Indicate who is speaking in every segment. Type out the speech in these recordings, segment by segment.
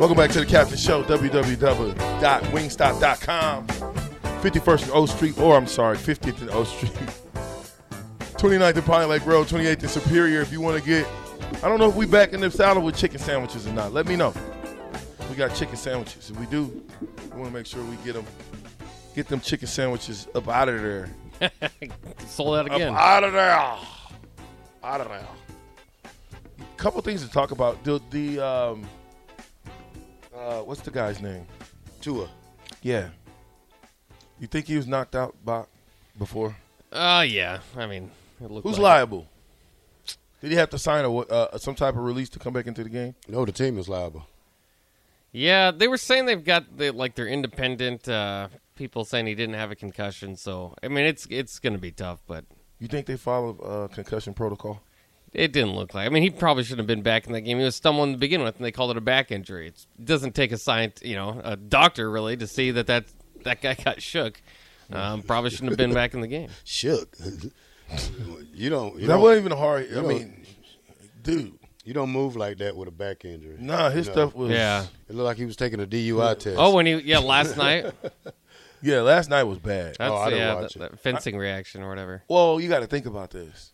Speaker 1: Welcome back to the Captain Show, www.wingstop.com. 51st and O Street, or I'm sorry, 50th and O Street. 29th and Pine Lake Road, 28th and Superior. If you want to get, I don't know if we back in this salad with chicken sandwiches or not. Let me know. We got chicken sandwiches. If we do, we want to make sure we get them, get them chicken sandwiches up out of there.
Speaker 2: Sold out again.
Speaker 1: Up
Speaker 3: Oh,
Speaker 1: out of there. Out of there. Couple things to talk about. The, the um, uh, what's the guy's name?
Speaker 3: Tua.
Speaker 1: Yeah. You think he was knocked out by before?
Speaker 2: Oh yeah. I mean, it looked
Speaker 1: Who's
Speaker 2: like-
Speaker 1: liable? Did he have to sign a wa- uh, some type of release to come back into the game?
Speaker 3: No, the team is liable.
Speaker 2: Yeah, they were saying they've got the, like their independent uh, people saying he didn't have a concussion. So I mean, it's it's going to be tough, but
Speaker 1: You think they follow uh, concussion protocol?
Speaker 2: it didn't look like. I mean, he probably shouldn't have been back in that game. He was stumbling to begin with, and they called it a back injury. It's, it doesn't take a science, you know, a doctor really to see that that that guy got shook. Um, probably shouldn't have been back in the game.
Speaker 3: Shook. you don't. You
Speaker 1: that
Speaker 3: don't,
Speaker 1: wasn't even a hard. I
Speaker 3: know-
Speaker 1: mean, dude,
Speaker 3: you don't move like that with a back injury.
Speaker 1: nah, his
Speaker 3: No.
Speaker 1: stuff was.
Speaker 2: Yeah.
Speaker 3: It looked like he was taking a DUI test.
Speaker 2: Oh, when he yeah last night.
Speaker 1: yeah. Last night was bad.
Speaker 2: That's,
Speaker 3: Oh, I didn't
Speaker 2: yeah,
Speaker 3: watch
Speaker 2: that,
Speaker 3: it.
Speaker 2: that fencing reaction or whatever.
Speaker 1: well, you got to think about this.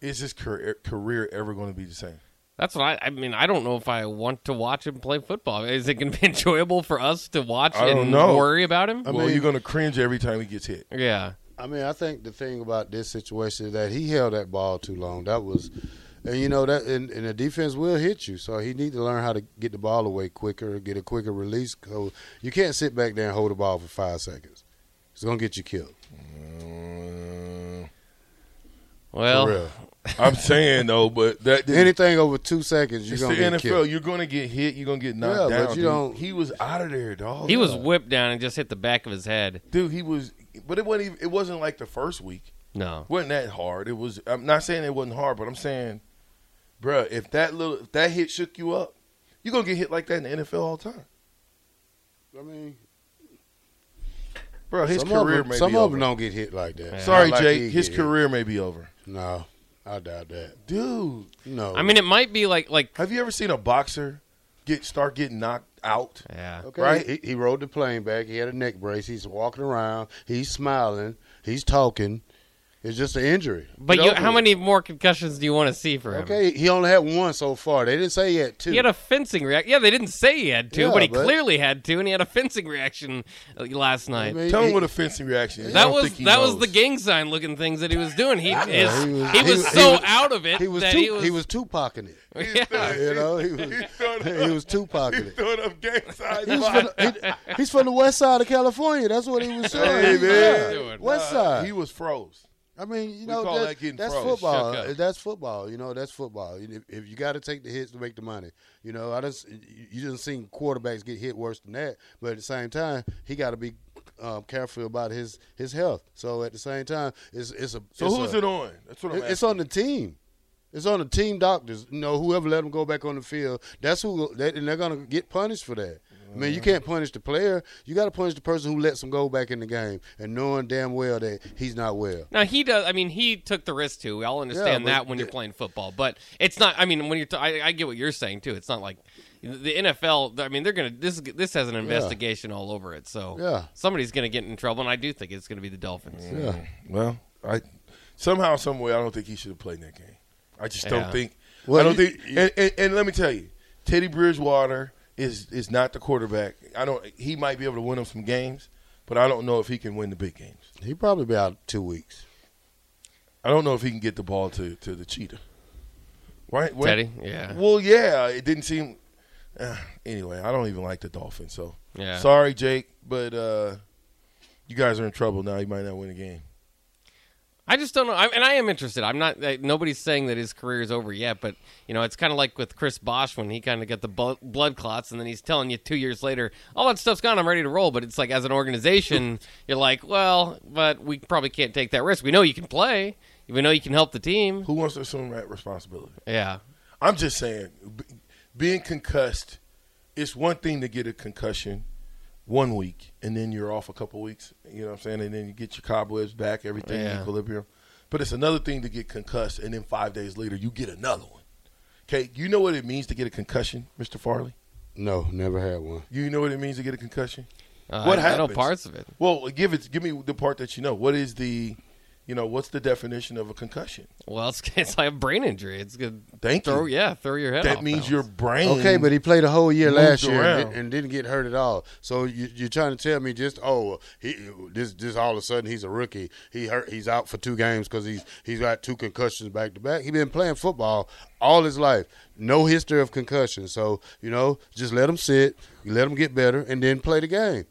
Speaker 1: Is his career, career ever going to be the same?
Speaker 2: That's what I. I mean, I don't know if I want to watch him play football. Is it going to be enjoyable for us to watch
Speaker 1: I don't
Speaker 2: and
Speaker 1: know.
Speaker 2: worry about him?
Speaker 3: I
Speaker 1: well,
Speaker 3: mean-
Speaker 1: you're going to cringe every time he gets hit.
Speaker 2: yeah,
Speaker 3: I mean, I think the thing about this situation is that he held that ball too long. That was, and you know that, and, and the defense will hit you. So he need to learn how to get the ball away quicker, get a quicker release. So you can't sit back there and hold the ball for five seconds. It's gonna get you killed.
Speaker 2: well,
Speaker 3: for real.
Speaker 1: Mm. I'm saying though, but that
Speaker 3: Anything over two seconds, you're
Speaker 1: It's
Speaker 3: gonna
Speaker 1: the
Speaker 3: get
Speaker 1: NFL.
Speaker 3: killed.
Speaker 1: You're going to get hit. You're going to get knocked
Speaker 3: Yeah,
Speaker 1: down.
Speaker 3: but you
Speaker 1: dude.
Speaker 3: don't-
Speaker 1: He was out of there, dog.
Speaker 2: he was whipped down and just hit the back of his head.
Speaker 1: dude. He was, but it wasn't. Even, it wasn't like the first week.
Speaker 2: No,
Speaker 1: wasn't that hard. It was. I'm not saying it wasn't hard, but I'm saying, bruh, if that little if that hit shook you up, you're gonna get hit like that in the NFL all the time,
Speaker 3: I mean,
Speaker 1: bro. His
Speaker 3: some
Speaker 1: career
Speaker 3: of them,
Speaker 1: may
Speaker 3: some
Speaker 1: be
Speaker 3: of
Speaker 1: over.
Speaker 3: them don't get hit like that.
Speaker 1: Sorry,
Speaker 3: Not like he
Speaker 1: Jake. His
Speaker 3: get hit.
Speaker 1: career may be over,
Speaker 3: No, I doubt that.
Speaker 1: dude.
Speaker 3: No,
Speaker 2: I mean it might be like like
Speaker 1: Have you ever seen a boxer get start getting knocked out?
Speaker 2: yeah.
Speaker 3: Okay.
Speaker 1: Right?
Speaker 3: He, he rode the plane back. He had a neck brace. He's walking around. He's smiling. He's talking. It's just an injury.
Speaker 2: But
Speaker 3: Get
Speaker 2: you,
Speaker 3: over
Speaker 2: how
Speaker 3: it.
Speaker 2: many more concussions do you want to see for him?
Speaker 3: Okay. He only had one so far. They didn't say he had two.
Speaker 2: He had a fencing reaction. Yeah, they didn't say he had two,
Speaker 3: Yeah,
Speaker 2: but he
Speaker 3: but-
Speaker 2: clearly had two, and he had a fencing reaction uh, last night.
Speaker 3: I mean,
Speaker 1: Tell
Speaker 3: he-
Speaker 1: him what a fencing reaction is. I
Speaker 2: That
Speaker 1: don't
Speaker 2: was
Speaker 1: think he
Speaker 2: that was
Speaker 1: knows.
Speaker 2: the gang sign looking things that he was doing. He his,
Speaker 3: he
Speaker 2: he
Speaker 3: was-
Speaker 2: was,
Speaker 3: he was-
Speaker 2: so
Speaker 3: he was-
Speaker 2: out of it
Speaker 3: he was
Speaker 2: that
Speaker 3: two,
Speaker 2: he was,
Speaker 3: pocketing it.
Speaker 2: yeah.
Speaker 3: You know, he was he was two pocketing
Speaker 1: He's
Speaker 3: it.
Speaker 1: throwing up gang signs.
Speaker 3: He was from the, he- he's from the west side of California. That's what he was doing.
Speaker 1: Hey,
Speaker 3: He's
Speaker 1: man.
Speaker 3: like, West side.
Speaker 1: He was froze.
Speaker 3: I mean, you
Speaker 1: We
Speaker 3: know,
Speaker 1: call
Speaker 3: that-
Speaker 1: that getting
Speaker 3: that's
Speaker 1: froze.
Speaker 3: football.
Speaker 2: Shook up.
Speaker 3: That's football. You know, that's football. You- If, if you got to take the hits to make the money, you know, I just you you didn't seen quarterbacks get hit worse than that. But at the same time, he got to be um, careful about his his health. So at the same time, it's it's a
Speaker 1: So
Speaker 3: it's
Speaker 1: who's
Speaker 3: a-
Speaker 1: it on? That's what I'm
Speaker 3: it-
Speaker 1: asking.
Speaker 3: It's on the team. It's on the team doctors. You know, whoever let them go back on the field, that's who, they, and they're gonna get punished for that. I mean, you can't punish the player. You got to punish the person who lets them go back in the game, and knowing damn well that he's not well.
Speaker 2: Now he does. I mean, he took the risk too. We all understand
Speaker 3: but
Speaker 2: that when you're playing football, but it's not. I mean, when you're, t- I, I get what you're saying too. It's not like the NFL. I mean, they're gonna this. This has an investigation all over it. So
Speaker 3: Yeah.
Speaker 2: somebody's gonna get in trouble, and I do think it's gonna be the Dolphins.
Speaker 3: Yeah.
Speaker 1: Well, I somehow, some way, I don't think he should have played that game. I just don't
Speaker 2: Yeah.
Speaker 1: think.
Speaker 3: Well,
Speaker 1: I don't
Speaker 3: you-
Speaker 1: think. and, and, and let me tell you, Teddy Bridgewater is is not the quarterback. I don't. He might be able to win him some games, but I don't know if he can win the big games.
Speaker 3: He probably be out two weeks.
Speaker 1: I don't know if he can get the ball to to the cheetah. Right, Well-
Speaker 2: Teddy? Yeah.
Speaker 1: Well, yeah. It didn't seem. Uh, anyway, I don't even like the Dolphins, so
Speaker 2: Yeah.
Speaker 1: sorry, Jake, but uh, you guys are in trouble now. You might not win a game.
Speaker 2: I just don't know, I, and I am interested. I'm not. I, nobody's saying that his career is over yet, but you know, it's kind of like with Chris Bosch when he kind of got the bu- blood clots, and then he's telling you two years later, all that stuff's gone. I'm ready to roll. But it's like as an organization, you're like, well, but we probably can't take that risk. We know you can play. We know you can help the team.
Speaker 1: Who wants to assume that responsibility?
Speaker 2: Yeah,
Speaker 1: I'm just saying, b- being concussed, it's one thing to get a concussion one week and then you're off a couple weeks. You know what I'm saying? And then you get your cobwebs back, everything in
Speaker 2: Yeah.
Speaker 1: equilibrium. But it's another thing to get concussed and then five days later you get another one. Okay, you know what it means to get a concussion, Mr. Farley?
Speaker 3: No, never had one.
Speaker 1: You know what it means to get a concussion?
Speaker 2: Uh,
Speaker 1: What
Speaker 2: I, I know
Speaker 1: happens?
Speaker 2: parts of it.
Speaker 1: Well, give it. Give me the part that you know. What is the, you know, what's the definition of a concussion?
Speaker 2: Well, it's, it's like a brain injury. It's good.
Speaker 1: Thank
Speaker 2: Throw,
Speaker 1: you.
Speaker 2: yeah, throw your head.
Speaker 1: That
Speaker 2: off
Speaker 1: means
Speaker 2: balance.
Speaker 1: your brain.
Speaker 3: Okay, but he played a whole year
Speaker 1: Moved
Speaker 3: last year and,
Speaker 1: around.
Speaker 3: di- and didn't get hurt at all. So you, you're trying to tell me just oh he this this all of a sudden he's a rookie. He hurt. He's out for two games because he's he's got two concussions back to back. He's been playing football all his life. No history of concussion. So you know just let him sit, let him get better, and then play the game.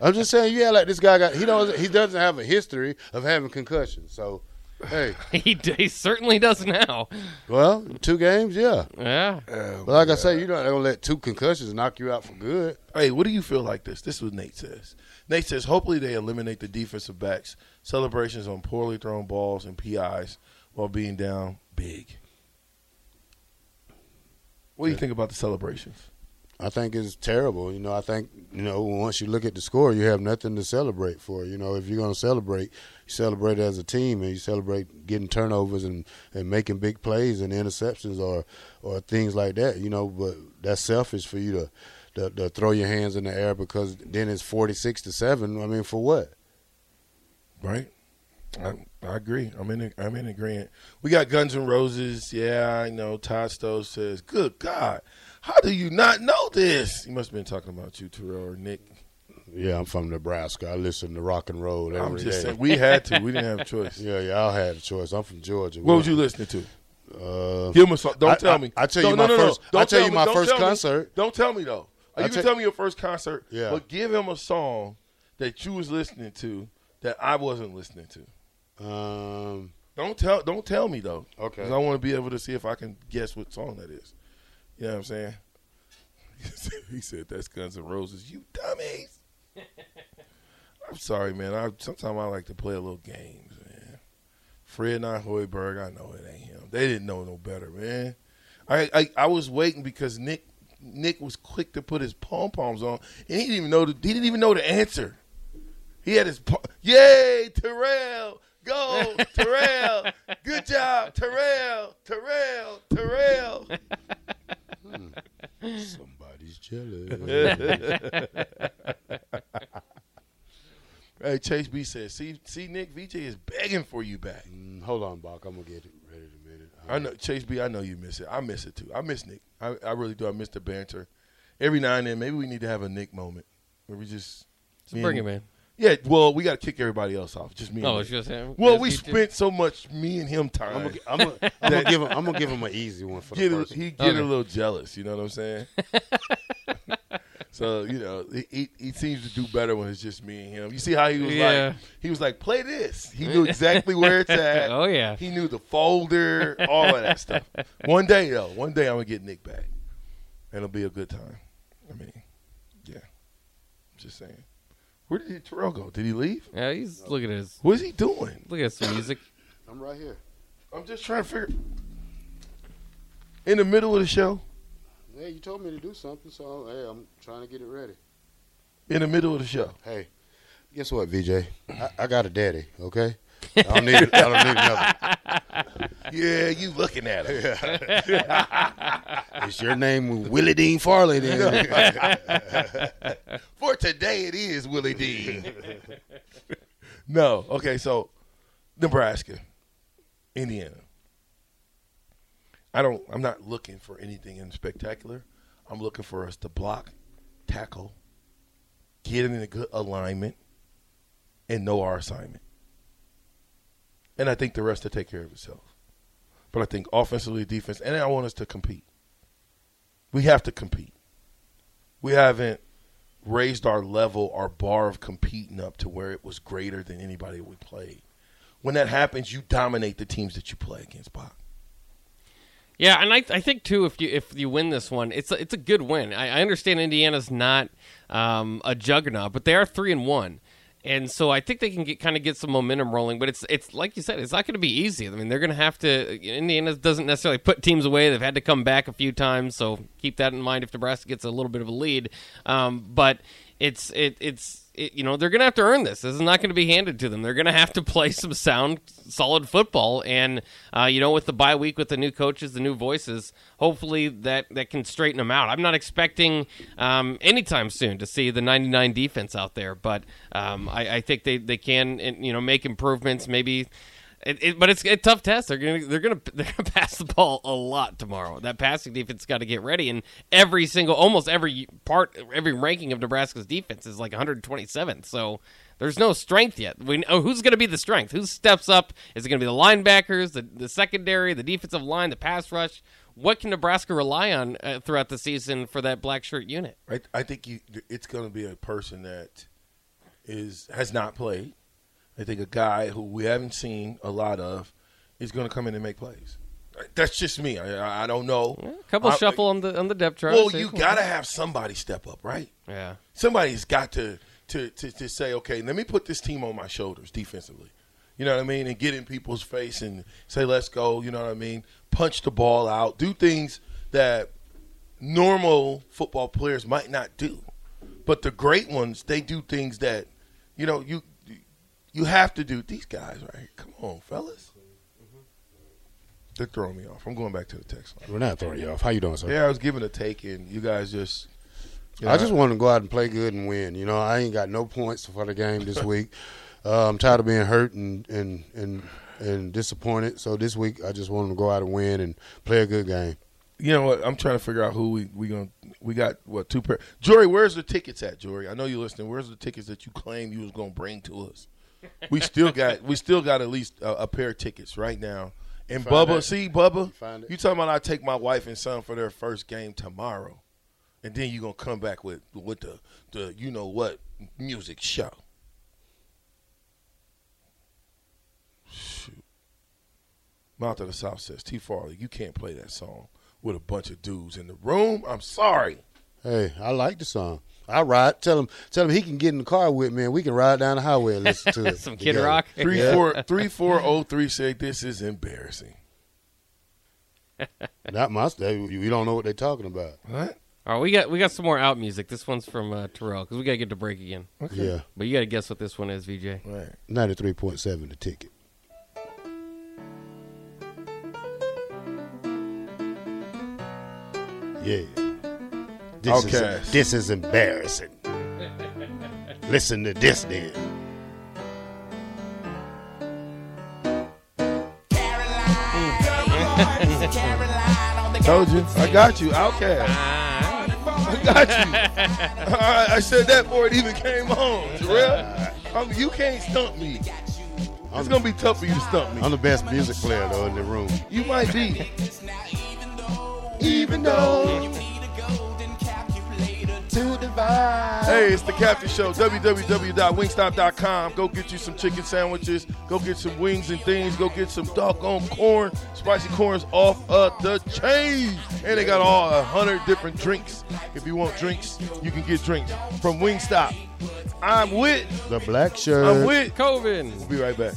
Speaker 3: I'm just saying, yeah, like this guy got he doesn't he doesn't have a history of having concussions. So hey,
Speaker 2: he, d- he certainly does now.
Speaker 3: well, two games, yeah.
Speaker 2: Yeah.
Speaker 3: But like I say, you're not gonna let two concussions knock you out for good.
Speaker 1: Hey, what do you feel like this? This is what Nate says. Nate says, hopefully they eliminate the defensive backs celebrations on poorly thrown balls and PIs while being down big. What do you think about the celebrations?
Speaker 3: I think it's terrible. You know, I think you know once you look at the score, you have nothing to celebrate for. You know, if you're gonna celebrate, you celebrate as a team, and you celebrate getting turnovers and, and making big plays and interceptions or or things like that. You know, but that's selfish for you to to, to throw your hands in the air because then it's 46 to seven. I mean, for what?
Speaker 1: Right. I, I agree. I'm in. I'm in agreement. We got Guns N' Roses. Yeah, I know. Todd Stowe says, "Good God, how do you not know this?" He must have been talking about you, Terrell or Nick.
Speaker 3: Yeah, I'm from Nebraska. I listen to rock and roll every day.
Speaker 1: I'm just saying we had to. We didn't have a choice.
Speaker 3: Yeah, y'all had a choice. I'm from Georgia.
Speaker 1: What was you listening to?
Speaker 3: Uh,
Speaker 1: Give him a song. Don't
Speaker 3: I-
Speaker 1: tell
Speaker 3: I-
Speaker 1: me.
Speaker 3: I tell
Speaker 1: No,
Speaker 3: you
Speaker 1: no,
Speaker 3: my
Speaker 1: no, no.
Speaker 3: first- I
Speaker 1: Don't
Speaker 3: tell you
Speaker 1: me.
Speaker 3: my
Speaker 1: Don't
Speaker 3: first
Speaker 1: tell me.
Speaker 3: concert.
Speaker 1: Don't tell me though.
Speaker 3: I
Speaker 1: You can
Speaker 3: tell-
Speaker 1: tell me your first concert.
Speaker 3: Yeah.
Speaker 1: But give him a song that you was listening to that I wasn't listening to.
Speaker 3: um,
Speaker 1: Don't tell. Don't tell me though.
Speaker 3: Okay.
Speaker 1: 'Cause I want to be able to see if I can guess what song that is. You know what I'm saying? he said that's Guns N' Roses. You dummies. I'm sorry, man. I sometimes I like to play a little games, man. Fred not Hoiberg. I know it ain't him. They didn't know no better, man. I I, I was waiting because Nick Nick was quick to put his pom poms on, and he didn't even know the, he didn't even know the answer. He had his po- yay Terrell go Terrell good job Terrell Terrell Terrell.
Speaker 3: somebody's jealous.
Speaker 1: Hey Chase B says, see see Nick VJ is begging for you back.
Speaker 3: Mm, Hold on, Bach. I'm gonna get it ready in a minute.
Speaker 1: I know Chase B. I know you miss it. I miss it too. I miss Nick. I, I really do. I miss the banter. Every now and then, maybe we need to have a Nick moment where we just
Speaker 2: Just bring him in.
Speaker 1: Yeah, well, we got to kick everybody else off. Just me. And
Speaker 2: Oh,
Speaker 1: Nick.
Speaker 2: it's just him.
Speaker 1: Well,
Speaker 2: Just
Speaker 1: we
Speaker 2: he did-
Speaker 1: spent so much me and him time.
Speaker 3: I'm gonna, I'm gonna, I'm gonna give him. I'm gonna give him an easy one for the
Speaker 1: get a,
Speaker 3: first. one.
Speaker 1: he get
Speaker 2: Okay.
Speaker 1: a little jealous. You know what I'm saying? so you know he, he he seems to do better when it's just me and him. You see how he was
Speaker 2: Yeah.
Speaker 1: like he was like play this. He knew exactly where it's at.
Speaker 2: Oh, yeah.
Speaker 1: he knew the folder, all of that stuff. One day though, one day I'm gonna get Nick back, and it'll be a good time. I mean, yeah, I'm just saying. Where did Terrell go? Did he leave?
Speaker 2: Yeah, he's looking at his
Speaker 1: What is he doing?
Speaker 2: look at some music.
Speaker 3: I'm right here.
Speaker 1: I'm just trying to figure. In the middle of the show,
Speaker 3: Hey, you told me to do something, so hey, I'm trying to get it ready.
Speaker 1: in the middle of the show.
Speaker 3: Hey, guess what, VJ? I, I got a daddy. Okay. I don't need. I don't need another.
Speaker 1: Yeah, you looking at him.
Speaker 3: It's your name, Willie Dean Farley. Then.
Speaker 1: For today, it is Willie D. no, okay, so Nebraska, Indiana. I don't. I'm not looking for anything in spectacular. I'm looking for us to block, tackle, get in a good alignment, and know our assignment. And I think the rest will take care of itself. But I think offensively, defense, and I want us to compete. We have to compete. We haven't raised our level, our bar of competing up to where it was greater than anybody we played. When that happens, you dominate the teams that you play against, Bob.
Speaker 2: Yeah, and I, I think too if you if you win this one, it's a, it's a good win. I, I understand Indiana's not um, a juggernaut, but they are three and one, and so I think they can get kind of get some momentum rolling. But it's it's like you said, it's not going to be easy. I mean, they're going to have to. Indiana doesn't necessarily put teams away. They've had to come back a few times, so keep that in mind if Nebraska gets a little bit of a lead. Um, but it's it it's it, you know they're gonna have to earn this. This is not gonna be handed to them. They're gonna have to play some sound, solid football, and uh, you know with the bye week, with the new coaches, the new voices, hopefully that that can straighten them out. I'm not expecting um, anytime soon to see the 99 defense out there, but um, I, I think they they can and, you know make improvements. Maybe it, it, but it's a tough test. They're gonna they're gonna they're gonna pass the ball a lot tomorrow. That passing defense got to get ready, and every single almost every part every ranking of Nebraska's defense is like 127th. So there's no strength yet. We oh, who's gonna be the strength? Who steps up? Is it gonna be the linebackers, the the secondary, the defensive line, the pass rush? What can Nebraska rely on uh, throughout the season for that black shirt unit?
Speaker 1: I, I think you, it's going to be a person that is has not played. I think a guy who we haven't seen a lot of is going to come in and make plays. That's just me. I, I don't know.
Speaker 2: A couple
Speaker 1: I-
Speaker 2: shuffle eh? on the on the depth chart.
Speaker 1: Uh, Well,
Speaker 2: See,
Speaker 1: you
Speaker 2: come on.
Speaker 1: got to have somebody step up, right?
Speaker 2: yeah.
Speaker 1: Somebody's got to, to to to say, okay, let me put this team on my shoulders defensively. You know what I mean? And get in people's face and say, let's go. You know what I mean? Punch the ball out. Do things that normal football players might not do. But the great ones, they do things that, you know, you you have to do. These guys right here, come on, fellas. They're throwing me off. I'm going back to the text line.
Speaker 3: We're not throwing you off. How you doing, sir?
Speaker 1: Yeah, I was giving a take, and you guys just. you
Speaker 3: I
Speaker 1: know,
Speaker 3: just want to go out and play good and win. You know, I ain't got no points for the game this week. Uh, I'm tired of being hurt and and and and disappointed. So this week, I just want to go out and win and play a good game.
Speaker 1: You know what? I'm trying to figure out who we we gonna we got what two pair. Jory, where's the tickets at, Jory? I know you're listening. Where's the tickets that you claim you was gonna bring to us? We still got we still got at least a, a pair of tickets right now. And
Speaker 3: Find
Speaker 1: Bubba,
Speaker 3: it.
Speaker 1: see Bubba,
Speaker 3: Find it.
Speaker 1: you talking about I take my wife and son for their first game tomorrow, and then you gonna come back with with the the you know what music show. Shoot. Mouth of the South says T Farley, you can't play that song with a bunch of dudes in the room. I'm sorry.
Speaker 3: Hey, I like the song. I ride. Tell him, tell him he can get in the car with me, and we can ride down the highway and listen to it.
Speaker 2: Some Kid
Speaker 3: together.
Speaker 2: Rock.
Speaker 1: Three
Speaker 3: Yeah.
Speaker 1: four three four oh three said this is embarrassing.
Speaker 3: Not my. They, you don't know what they're talking about.
Speaker 1: What?
Speaker 2: All right, we got we got some more out music. This one's from uh, Terrell because we got to get to break again.
Speaker 3: Yeah,
Speaker 2: But you got to guess what this one is, VJ.
Speaker 1: Right.
Speaker 3: ninety-three point seven. The ticket. Yeah. This
Speaker 1: Outkast.
Speaker 3: is this is embarrassing. Listen to this, then.
Speaker 1: Told you. I got you. Outcast. I got you. All right, I said that before it even came on. Jarrell, I'm- you can't stump me. It's gonna be tough for you to stump me.
Speaker 3: I'm the best music player though in the room.
Speaker 1: You might be. Even though. Hey, it's the Captain Show. www.wingstop.com. Go get you some chicken sandwiches. Go get some wings and things. Go get some doggone corn. Spicy corn's off of the chain. And they got all a hundred different drinks. If you want drinks, you can get drinks from Wingstop. I'm with.
Speaker 3: The black shirt. Uh,
Speaker 1: I'm with.
Speaker 2: Coven.
Speaker 1: We'll be right back.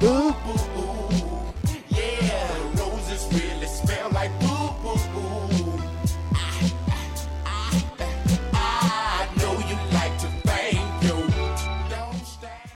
Speaker 4: Boo, boo, boo.